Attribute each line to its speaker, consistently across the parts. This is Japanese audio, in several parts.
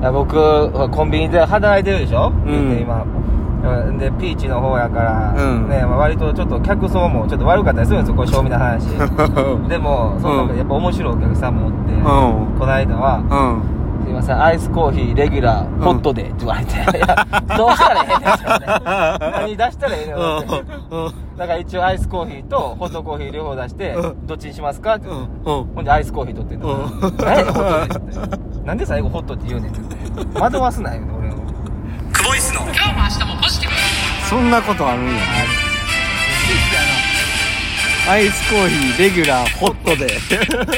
Speaker 1: いや僕はコンビニで働いてるでしょ、
Speaker 2: うん
Speaker 1: で今うんでピーチの方やから、
Speaker 2: うん
Speaker 1: ねまあ、割とちょっと客層もちょっと悪かったりするんですよこれ正味な 話でもその中
Speaker 2: うん
Speaker 1: でやっぱ面白いお客さんもおって、
Speaker 2: う
Speaker 1: この間は
Speaker 2: んうん
Speaker 1: 「すいませんアイスコーヒーレギュラーホットで」って言われて、いやどうしたらええねんですよね 何出したらええねんって
Speaker 2: う
Speaker 1: だから一応アイスコーヒーとホットコーヒー両方出して
Speaker 2: うん
Speaker 1: どっちにしますかって
Speaker 2: んうん
Speaker 1: ほんでアイスコーヒー取ってんの
Speaker 2: うん
Speaker 1: 何やねんホットでってなんで最後ホットって言うねんって惑わすなよね俺を
Speaker 2: そんなことあるんやねアイスコーヒーレギュラーホットで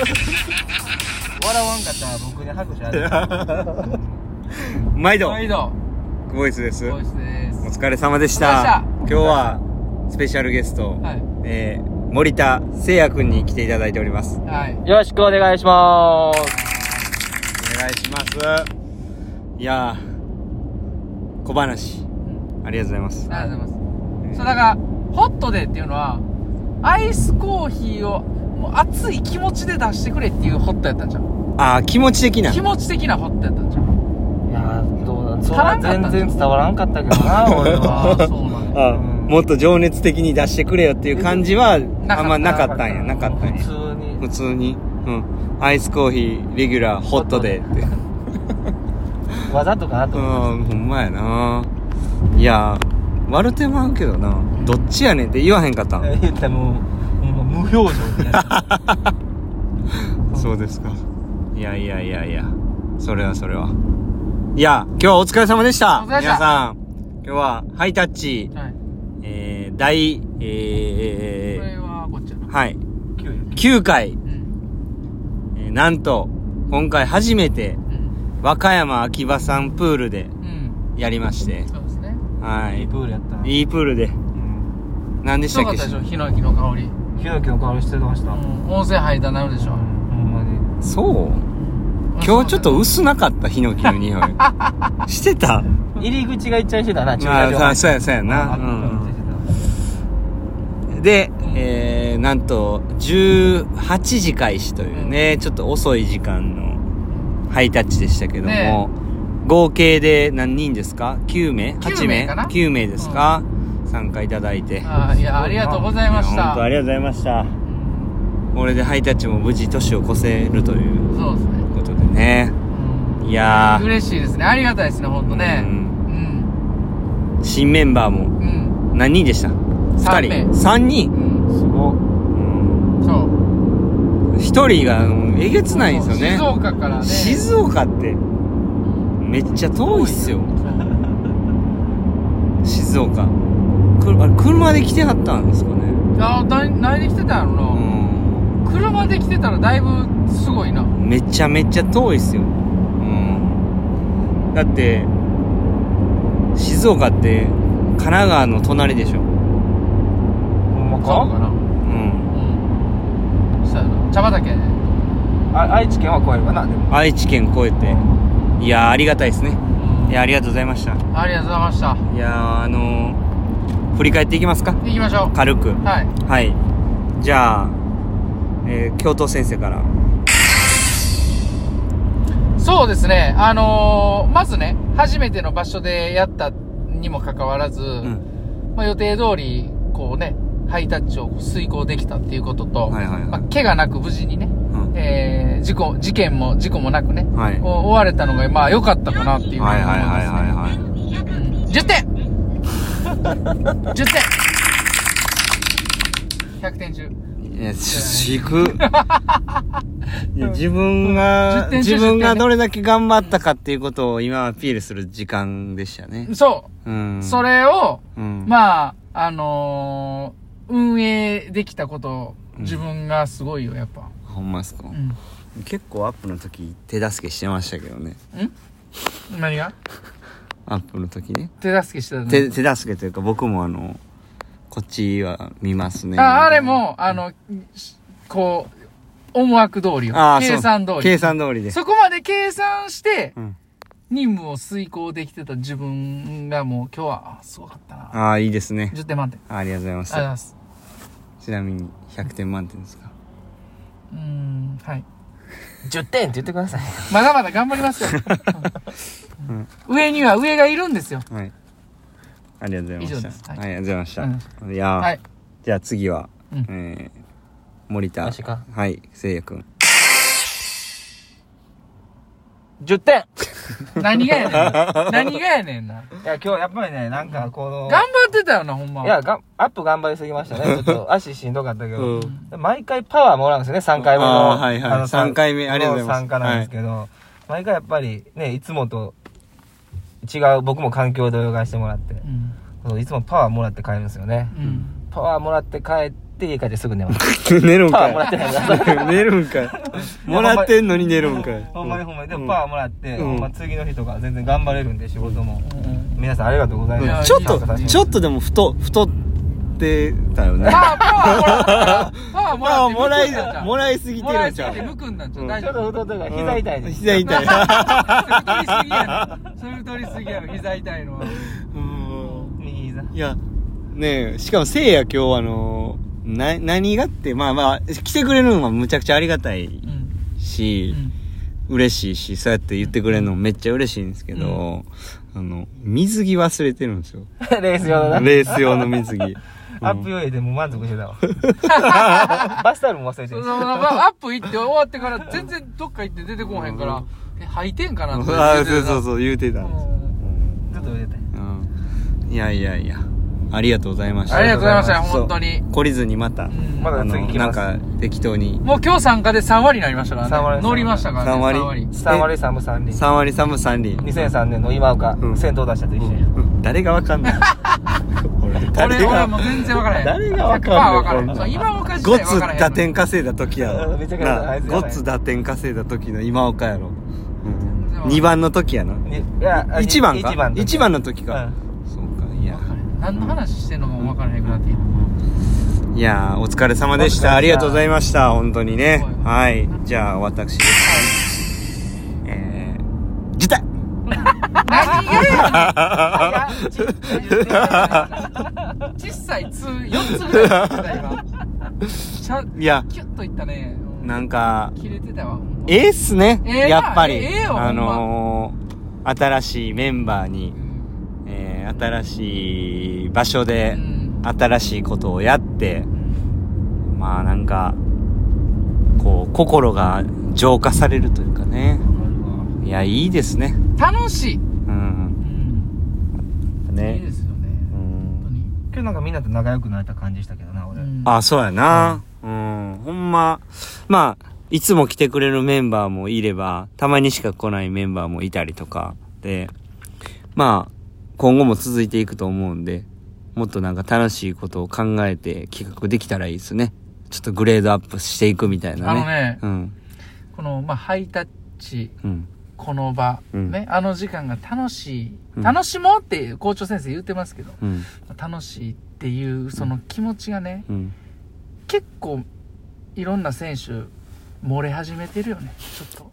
Speaker 1: 笑わんかったら僕に拍手あげて
Speaker 2: 毎度
Speaker 3: 毎度
Speaker 2: クボイスです
Speaker 3: ボイスです
Speaker 2: お疲れ様でし
Speaker 3: お
Speaker 2: た
Speaker 3: 疲
Speaker 2: 今日はスペシャルゲスト、
Speaker 3: はい
Speaker 2: えー、森田誠也くんに来ていただいております
Speaker 3: はい
Speaker 1: よろしくお願いします
Speaker 2: お願いしますいやー小話ありがとうございます
Speaker 3: ありがとうございますそうだからホットデーっていうのはアイスコーヒーをもう熱い気持ちで出してくれっていうホットやったんじゃん
Speaker 2: あー気持ち的な
Speaker 3: 気持ち的なホットやったんじゃん
Speaker 1: いやーどうなんそれ
Speaker 3: 足ら
Speaker 1: は
Speaker 3: んかったん
Speaker 1: 全然伝わらんかったけどな俺
Speaker 3: ああ
Speaker 1: は
Speaker 3: そうなんだ
Speaker 2: あ
Speaker 1: うん
Speaker 2: もっと情熱的に出してくれよっていう感じはあんまなかったんやなかったん
Speaker 1: 普
Speaker 2: や
Speaker 1: 通に
Speaker 2: 普通にうんアイスコーヒーレギュラーホットでって
Speaker 1: わざとかなと
Speaker 2: う
Speaker 1: 思
Speaker 2: んほんまやないや悪手も合うけどなどっちやねんって言わへんかった
Speaker 1: って
Speaker 2: ん
Speaker 1: 言ったらもうもう無表情でやる
Speaker 2: そうですかいやいやいやいやそれはそれはいや今日はお疲れ様でした
Speaker 3: お疲れ様で
Speaker 2: 皆
Speaker 3: した
Speaker 2: さん今日はハイタッチ、
Speaker 3: はい
Speaker 2: えー、第
Speaker 3: こ
Speaker 2: え
Speaker 3: れはこっちやな
Speaker 2: ー、はい
Speaker 1: 急 に
Speaker 2: 9回
Speaker 3: うん
Speaker 2: えーなんと、今回初めて、
Speaker 3: うん
Speaker 2: 和歌山秋葉さんプールで
Speaker 3: うん
Speaker 2: やりまして、
Speaker 3: そうですね
Speaker 2: はい
Speaker 1: い
Speaker 2: い
Speaker 1: プールやったな。
Speaker 2: いいプールで、
Speaker 1: うん
Speaker 2: 何でし
Speaker 3: すご
Speaker 2: た
Speaker 3: か
Speaker 2: っけ
Speaker 3: ったでしょヒノキの香り
Speaker 1: ヒノキの香りしてました、
Speaker 3: うん温泉入ったなるでしょ
Speaker 1: ほんまに
Speaker 2: そう今日ちょっと薄なかった、ヒノキの 匂い。してた
Speaker 1: 入り口がいっちゃいしてたな、
Speaker 2: まあ、さ
Speaker 1: あ、
Speaker 2: そうや、そうやな。うんで、えー、なんと、18時開始というね、ちょっと遅い時間のハイタッチでしたけども、
Speaker 3: ね
Speaker 2: 合計で何人ですか ?9 名 ?8
Speaker 3: 九
Speaker 2: 名
Speaker 3: 名かな
Speaker 2: ?9 名ですか、参加いただいて。
Speaker 3: あーいやありがとうございまし
Speaker 2: や
Speaker 3: た
Speaker 2: 本当ありがとうございましたこれでハイタッチも無事年を越せるという
Speaker 3: そうですね
Speaker 2: ことでね
Speaker 3: うん
Speaker 2: いや
Speaker 3: 嬉しいですねありがたいですね本当ね
Speaker 2: う
Speaker 3: うんん
Speaker 2: ー新メンバーも
Speaker 3: うん
Speaker 2: 何人でした2
Speaker 3: 三名
Speaker 2: 人3人
Speaker 3: うん
Speaker 1: すごっ。
Speaker 2: うん
Speaker 3: そう
Speaker 2: 1人がもうえげつないんですよね
Speaker 3: 静岡からね
Speaker 2: 静岡ってめっちゃ遠いっすよ静岡くるあれ車で来てはったんですかね
Speaker 3: あだい何で来てた
Speaker 2: う
Speaker 3: んやろな、
Speaker 2: ん
Speaker 3: 車で来てたらだいぶすごいな
Speaker 2: めちゃめちゃ遠いっすようんだって静岡って神奈川の隣でしょ
Speaker 1: ほんま
Speaker 3: そうか
Speaker 1: か
Speaker 2: う
Speaker 3: な
Speaker 2: ん
Speaker 3: うんそうやな茶畑う
Speaker 1: あ愛知県は超えるかな、でも。
Speaker 2: 愛知県越えていやーありがたいですね
Speaker 3: ん
Speaker 2: いやありがとうございました
Speaker 3: ありがとうございました
Speaker 2: いやーあのー、振り返っていきますか
Speaker 3: 行きましょ
Speaker 2: 軽く
Speaker 3: うはい
Speaker 2: はいじゃあ、えー、教頭先生から
Speaker 3: そうですねあのー、まずね初めての場所でやったにもかかわらず、
Speaker 2: うん
Speaker 3: まあ、予定通りこうねハイタッチを遂行できたっていうことと、
Speaker 2: はいはいはい
Speaker 3: まあ、怪我なく無事にね、
Speaker 2: うん
Speaker 3: えー、事故事件も事故もなくね、
Speaker 2: はい
Speaker 3: お終われたのがまあ良かったかなっていうふうに思います、ね、
Speaker 2: はい
Speaker 3: 10点 !10 点 !100 点中。
Speaker 2: いや、ち、引く。いや、自分が
Speaker 3: 10、点中
Speaker 2: 自分
Speaker 3: 10
Speaker 2: が
Speaker 3: 点ね
Speaker 2: どれだけ頑張ったかっていうことを今アピールする時間でしたね。
Speaker 3: そ
Speaker 2: うん。
Speaker 3: う。そ、れを、
Speaker 2: うん。
Speaker 3: まあ、あのー運営できたこと、
Speaker 2: うん
Speaker 3: 自分がすごいよ、やっぱ。
Speaker 2: ほんまですか
Speaker 3: うん。
Speaker 2: 結構アップの時手助けしてましたけどね。
Speaker 3: 何が
Speaker 2: アップの時ね。
Speaker 3: 手助けしてたの
Speaker 2: 手、手助けというか僕もあの、こっちは見ますね。
Speaker 3: ああれ。も、あの、しこう、思惑通りよ
Speaker 2: ああ、
Speaker 3: 計算通
Speaker 2: そう
Speaker 3: り。
Speaker 2: 計算通りで。
Speaker 3: そこまで計算して
Speaker 2: う、ん。
Speaker 3: 任務を遂行できてた自分がもう今日は、あすごかったな。
Speaker 2: ああ、いいですね。
Speaker 3: 10点満点。
Speaker 2: ありがとうございまし
Speaker 3: ありがとうござい
Speaker 2: た。
Speaker 3: ます。
Speaker 2: ちなみに100点満点ですか
Speaker 3: うーん、はい。
Speaker 1: 10点って言ってくだ さい。
Speaker 3: まだまだ頑張りますよ。上には上がいるんですよ。
Speaker 2: はい。ありがとうございま
Speaker 3: 以上
Speaker 2: し
Speaker 3: です
Speaker 2: た。
Speaker 3: はい
Speaker 2: はい、ありがとうございました。いやー、
Speaker 3: はい。
Speaker 2: じゃあ次は、
Speaker 3: うん
Speaker 2: えー、森田。
Speaker 1: 私か
Speaker 2: はい、せいやくん。
Speaker 1: 10点
Speaker 3: 何が やねん。何がやねんな。
Speaker 1: いや、今日やっぱりね、なんかこの、
Speaker 3: 頑張ってたよな、ほんま
Speaker 1: い
Speaker 3: は。
Speaker 1: や、がんアップ頑張りすぎま したね。ちょっと足しんどかったけ
Speaker 2: う
Speaker 1: ど。
Speaker 2: ん。
Speaker 1: 毎回パワーもらうんですよね、3回目の。
Speaker 2: あーはいはい
Speaker 1: あのさん
Speaker 2: 三回目ありがとうございます
Speaker 1: の参加なんですけど、毎回やっぱりね、いつもと違う、僕も環境で泳がしてもらって、
Speaker 3: うん。
Speaker 1: そういつもパワーもらって帰るんですよね。
Speaker 3: うん。
Speaker 1: パワーもらって帰って、家帰ってすぐ寝ます。
Speaker 2: 寝るん
Speaker 1: パワーもら
Speaker 2: か
Speaker 1: ってないから。
Speaker 2: い。 寝るんかい。もらってんのに寝るんかい。
Speaker 1: ほんまにほんまに。で
Speaker 2: う
Speaker 1: もパワーもらって、
Speaker 2: うん
Speaker 1: ほんま次の日とか全然頑張れるんで、仕事も。
Speaker 3: うん
Speaker 1: 皆さんありがとうございます。
Speaker 2: ちょっ
Speaker 1: いやいい
Speaker 2: と、
Speaker 1: よ
Speaker 2: ちょっとでも太、太ってたよね。
Speaker 3: パワー、パワーもらった。パワーもらって。
Speaker 2: まあもらいすぎてるんちゃう
Speaker 3: もらいすぎてむくんだんちゃう。
Speaker 2: うん
Speaker 3: 大
Speaker 1: ち
Speaker 3: 丈
Speaker 1: ょっと太
Speaker 3: 夫。
Speaker 1: ってるから膝痛いです。
Speaker 2: 膝痛い。
Speaker 3: 太 りすぎやろ。それ太りすぎやろ、膝痛いのは。
Speaker 2: うん
Speaker 1: 右膝。
Speaker 2: いや、ねえ、しかもせいや今日あの、な、何がって、まあまあ、来てくれるのはむちゃくちゃありがたい
Speaker 3: うん。う
Speaker 2: し、
Speaker 3: ん。
Speaker 2: 嬉しいし、そうやって言ってくれるのめっちゃ嬉しいんですけど、あの、水着忘れてるんですよ。
Speaker 1: レース用のな。
Speaker 2: レース用の水着。
Speaker 1: アップ用意でもう満足してたわ。バスタオルも忘れて
Speaker 3: そ
Speaker 1: る
Speaker 3: の
Speaker 1: し。
Speaker 3: まあアップ行って終わってから全然どっか行って出てこうへんから、え、履いてんかなとか
Speaker 2: あ
Speaker 3: 言
Speaker 2: あ、
Speaker 3: って
Speaker 2: そ
Speaker 3: て
Speaker 2: うそうそう、言うてたんですよ。
Speaker 1: ちょっと入れて。
Speaker 2: うんいやいやいや、ありがとうございました。
Speaker 3: ありがとうございました、
Speaker 2: そう
Speaker 3: 本当に。
Speaker 2: 懲りずにまた、
Speaker 3: ん
Speaker 1: まだ
Speaker 2: あの
Speaker 1: 次行き
Speaker 2: な
Speaker 1: ま
Speaker 2: ん
Speaker 1: す。
Speaker 2: か適当に、
Speaker 3: もう今日参加で3割になりましたからね。
Speaker 1: 3割
Speaker 3: 乗りましたからね。
Speaker 2: 3割
Speaker 1: 3割3分3厘。
Speaker 2: 3割3分3厘。
Speaker 1: 2003年の今岡
Speaker 2: う、ん
Speaker 1: 先頭出したと一緒や。
Speaker 2: うん誰がわか んない俺
Speaker 3: 俺、俺はもう全然わからへん。
Speaker 2: 誰がわかんない
Speaker 3: 100%わからへん。そう今岡自
Speaker 2: ゴ
Speaker 3: 体わ
Speaker 2: ツ
Speaker 3: からへん。
Speaker 2: 打点稼いだ時やろ
Speaker 1: めちゃくちゃ
Speaker 2: な
Speaker 1: あ
Speaker 2: あ
Speaker 1: いつやばい
Speaker 2: ゴツ打点稼いだ時の今岡やろ、
Speaker 3: 全然わからへん
Speaker 2: 2番の時やな
Speaker 1: にいやあ
Speaker 2: 1番か
Speaker 1: 一番。
Speaker 2: 一番の時か、
Speaker 1: うん
Speaker 2: そうかいや
Speaker 3: わからへん何の話してんのかもわからへんくなってきた
Speaker 2: いやーお疲れ様で
Speaker 1: お
Speaker 2: し
Speaker 1: 疲れ様でした
Speaker 2: たありがとうございました本当にね
Speaker 3: すごい
Speaker 2: はいじゃあ私ですえー自体
Speaker 3: 何がや
Speaker 1: あいやち
Speaker 3: ねん小さい2、4つぐらいだった今。ちゃ
Speaker 2: いや
Speaker 3: キュッといったね。
Speaker 2: なんか
Speaker 3: 切れてたわ。ほんま
Speaker 2: ええっすね、
Speaker 3: ええな
Speaker 2: やっぱり、
Speaker 3: ええよほんま
Speaker 2: あのー、新しいメンバーに
Speaker 3: うん
Speaker 2: えー新しい場所で
Speaker 3: うん
Speaker 2: 新しいことをやって、まあなんか、こう、心が浄化されるというかね。いや、いいですね。
Speaker 3: 楽しい。
Speaker 2: うん。
Speaker 3: いい
Speaker 2: ね
Speaker 3: で。すよね。
Speaker 2: う
Speaker 3: 本当
Speaker 2: ん、
Speaker 3: に。
Speaker 1: 今日なんかみんなと仲良くなれた感じしたけどな、俺。
Speaker 2: あ、そうやな、うん。ほんま、まあ、いつも来てくれるメンバーもいれば、たまにしか来ないメンバーもいたりとか、で、まあ、今後も続いていくと思うんで、もっとなんか楽しいことを考えて企画できたらいいですね。ちょっとグレードアップしていくみたいな
Speaker 3: あ
Speaker 2: ね。
Speaker 3: のね、
Speaker 2: うん。
Speaker 3: この、まあ、ハイタッチ、
Speaker 2: うん。
Speaker 3: この場、
Speaker 2: うん
Speaker 3: ね、あの時間が楽しい、
Speaker 2: うん
Speaker 3: 楽しもうって校長先生言ってますけど、
Speaker 2: うん。
Speaker 3: 楽しいっていう、その気持ちがね、
Speaker 2: うん。
Speaker 3: 結構、いろんな選手、漏れ始めてるよね、ちょっと。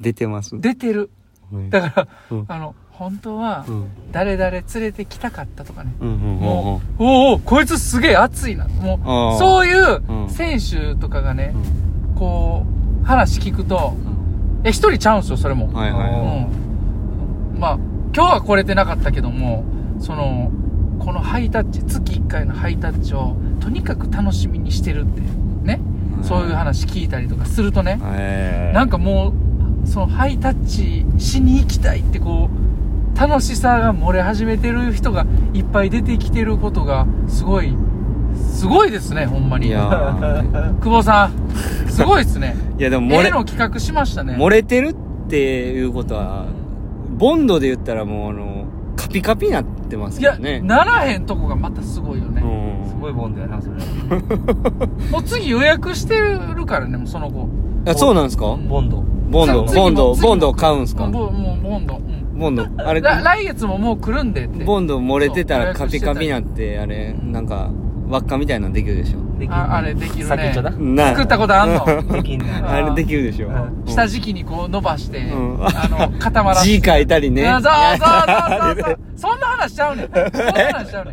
Speaker 2: 出てます。
Speaker 3: 出てる。
Speaker 2: うん、
Speaker 3: だから、
Speaker 2: うん
Speaker 3: あの、本当は
Speaker 2: う、ん。
Speaker 3: 誰々連れてきたかったとかね。
Speaker 2: うん。うん。
Speaker 3: もう、おうおうこいつすげえ熱いな。も
Speaker 2: あ
Speaker 3: う、
Speaker 2: ー
Speaker 3: そういう
Speaker 2: うん
Speaker 3: 選手とかがね、こう、話聞くと、え、一人ちゃうんすよ、それも。
Speaker 2: はいはいはい。
Speaker 3: うん。まあ、今日は来れてなかったけども、その、このハイタッチ、月1回のハイタッチを、とにかく楽しみにしてるって、ね。そういう話聞いたりとかするとね、
Speaker 2: えー
Speaker 3: なんかもう、そのハイタッチしに行きたいってこう、楽しさが漏れ始めてる人がいっぱい出てきてることが、すごい、すごいですね、ほんま
Speaker 2: い
Speaker 3: に。
Speaker 2: やー
Speaker 3: 久保さ ん、すごいですね。
Speaker 2: いやでも漏
Speaker 3: 例
Speaker 2: れ
Speaker 3: の企画しましたね。
Speaker 2: 漏れてるっていうことはボンドで言ったらもうあのカピカピになってます
Speaker 3: い
Speaker 2: よ
Speaker 3: や、
Speaker 2: ね
Speaker 3: ならへんとこがまたすごいよ
Speaker 2: う
Speaker 3: ね。
Speaker 2: ん
Speaker 1: すごいボンドやな、それ。
Speaker 3: もう次予約してるからね、もうその子。
Speaker 2: あそうなんですか
Speaker 1: ボンド。
Speaker 2: ボンド
Speaker 3: 次も
Speaker 2: ボンド
Speaker 3: 次も
Speaker 2: ボンドを買うんですか
Speaker 3: もう、もう、ボンド。うん
Speaker 2: ボ ンドあれ
Speaker 3: ら来月ももう来るんでって。
Speaker 2: ボンド漏れてたら
Speaker 3: そ
Speaker 2: カ
Speaker 3: う
Speaker 2: ピカピになってあれなんか輪っかみたいなのできるでしょ
Speaker 1: できんね
Speaker 3: ああれできるね
Speaker 1: 先っちょな。
Speaker 2: な
Speaker 3: 作ったことあんの
Speaker 1: できんね
Speaker 2: あれできるでしょ
Speaker 1: うん
Speaker 3: 下敷きにこう伸ばして、
Speaker 2: うん
Speaker 3: あの、固まら
Speaker 2: 字書いたりね
Speaker 3: あそう そうそうそうそう。そんな話しちゃうねん。そんな話しちゃうねん。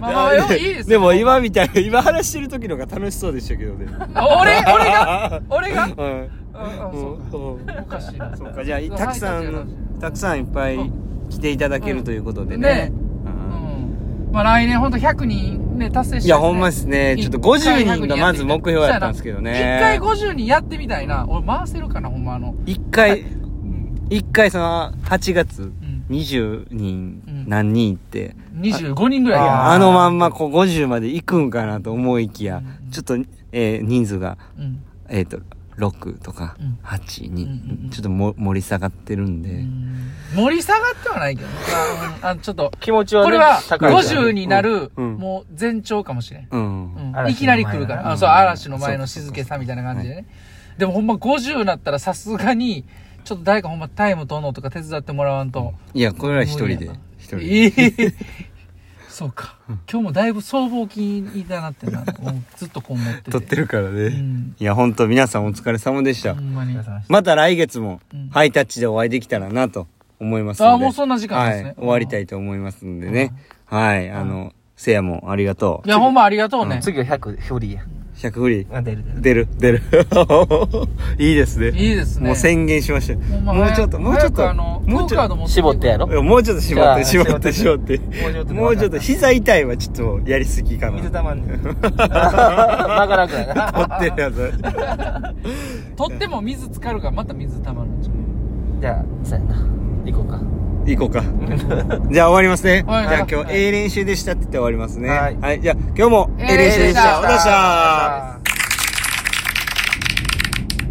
Speaker 3: まあまあよいいです
Speaker 2: で
Speaker 3: よ
Speaker 2: も今みたい今話してる時の方が楽しそうでしたけどね
Speaker 3: あ俺、俺が俺が
Speaker 2: うん
Speaker 3: ああそうか
Speaker 2: うんうん
Speaker 3: おかしいな
Speaker 2: そうかじゃあたくさ
Speaker 3: はい確か
Speaker 2: ん
Speaker 3: に
Speaker 2: たくさんいっぱい来ていただけるということでね
Speaker 3: ね、
Speaker 2: う
Speaker 3: うんんまあ来年ほんと100人ね達成した
Speaker 2: いやほんまですねちょっと50人がまず目標やったんですけどね
Speaker 3: 1回50人やってみたいな俺回せるかなほんまあの
Speaker 2: 一回
Speaker 3: うん
Speaker 2: 一回その8月
Speaker 3: うん
Speaker 2: 20人、
Speaker 3: うん
Speaker 2: 何人って
Speaker 3: 25人ぐらい
Speaker 2: あ
Speaker 3: や
Speaker 2: あのまんまこう50まで行くんかなと思いきや、
Speaker 3: うん
Speaker 2: ちょっと、えー人数が、
Speaker 3: うん
Speaker 2: えっと6とか
Speaker 3: うん
Speaker 2: 8
Speaker 3: うんうんう
Speaker 2: に
Speaker 3: ん
Speaker 2: ちょっとも盛り下がってるんで、
Speaker 3: うん盛り下がってはないけどあうんあちょっ と
Speaker 1: 気持ちはね、
Speaker 3: これは
Speaker 1: 高いから
Speaker 3: 50になる
Speaker 2: うん
Speaker 3: もう前兆かもしれん
Speaker 2: うん
Speaker 3: うんいきなり来るから。
Speaker 2: うん
Speaker 3: あそう、嵐の前の静けさみたいな感じでね。でもほんま50になったらさすがに、ちょっと誰かほんまタイム取んのとか手伝ってもらわんと。
Speaker 2: いやこれは一人
Speaker 3: 無理
Speaker 2: で
Speaker 3: やな
Speaker 2: 一人で
Speaker 3: え えそうか。今日もだいぶ僧帽筋にだなってな。うんずっとこう持ってて。
Speaker 2: 撮ってるからね、
Speaker 3: うん。
Speaker 2: いやほんと皆さんお疲れ様でした、
Speaker 3: ほんまに。
Speaker 2: また来月も
Speaker 3: うん
Speaker 2: ハイタッチでお会いできたらなと思いますので
Speaker 3: あもうそんな時間なんですね
Speaker 2: はい、終わりたいと思いますんでね、はいあのせいやもありがと
Speaker 3: いや、ほんまありがとうね。
Speaker 1: 次は100、フリーや。
Speaker 2: う100フリー
Speaker 1: あ、出る出る。
Speaker 2: 出る出る いいですね
Speaker 3: いいですね
Speaker 2: もう宣言しましたよ
Speaker 3: ほんま
Speaker 2: もうちょっともうちょっ
Speaker 3: 早く
Speaker 2: と
Speaker 3: あの、
Speaker 2: もう
Speaker 3: ク
Speaker 2: ち
Speaker 3: オ
Speaker 2: ょ
Speaker 3: カー
Speaker 2: っ
Speaker 3: ド持って
Speaker 1: 絞ってや
Speaker 3: ろ。
Speaker 1: ろ
Speaker 2: ともうちょっと絞って
Speaker 1: じゃあ
Speaker 2: 絞って
Speaker 1: 絞
Speaker 2: 絞
Speaker 1: っ
Speaker 2: ってて
Speaker 1: も
Speaker 2: も
Speaker 1: う
Speaker 2: う
Speaker 1: ち
Speaker 2: ち
Speaker 1: ょ
Speaker 2: ょ
Speaker 1: っと
Speaker 2: っと膝痛いはちょっとやりすぎかな
Speaker 1: 水たまんね。なかなかやな。
Speaker 2: 持ってるやつ
Speaker 3: 取っても水浸かるから、また水溜まるんちゃう
Speaker 1: じゃあ、そうやな。行こうか。
Speaker 2: 行こ うか。じゃあ終わりますね。
Speaker 3: はい
Speaker 2: じゃあ今
Speaker 3: は
Speaker 2: 日、
Speaker 3: い
Speaker 2: ええ練習でしたって言って終わりますね。
Speaker 1: はい
Speaker 2: じゃあ今日もええ練習でした。お
Speaker 3: ええ練習でした
Speaker 2: 疲れ様でした。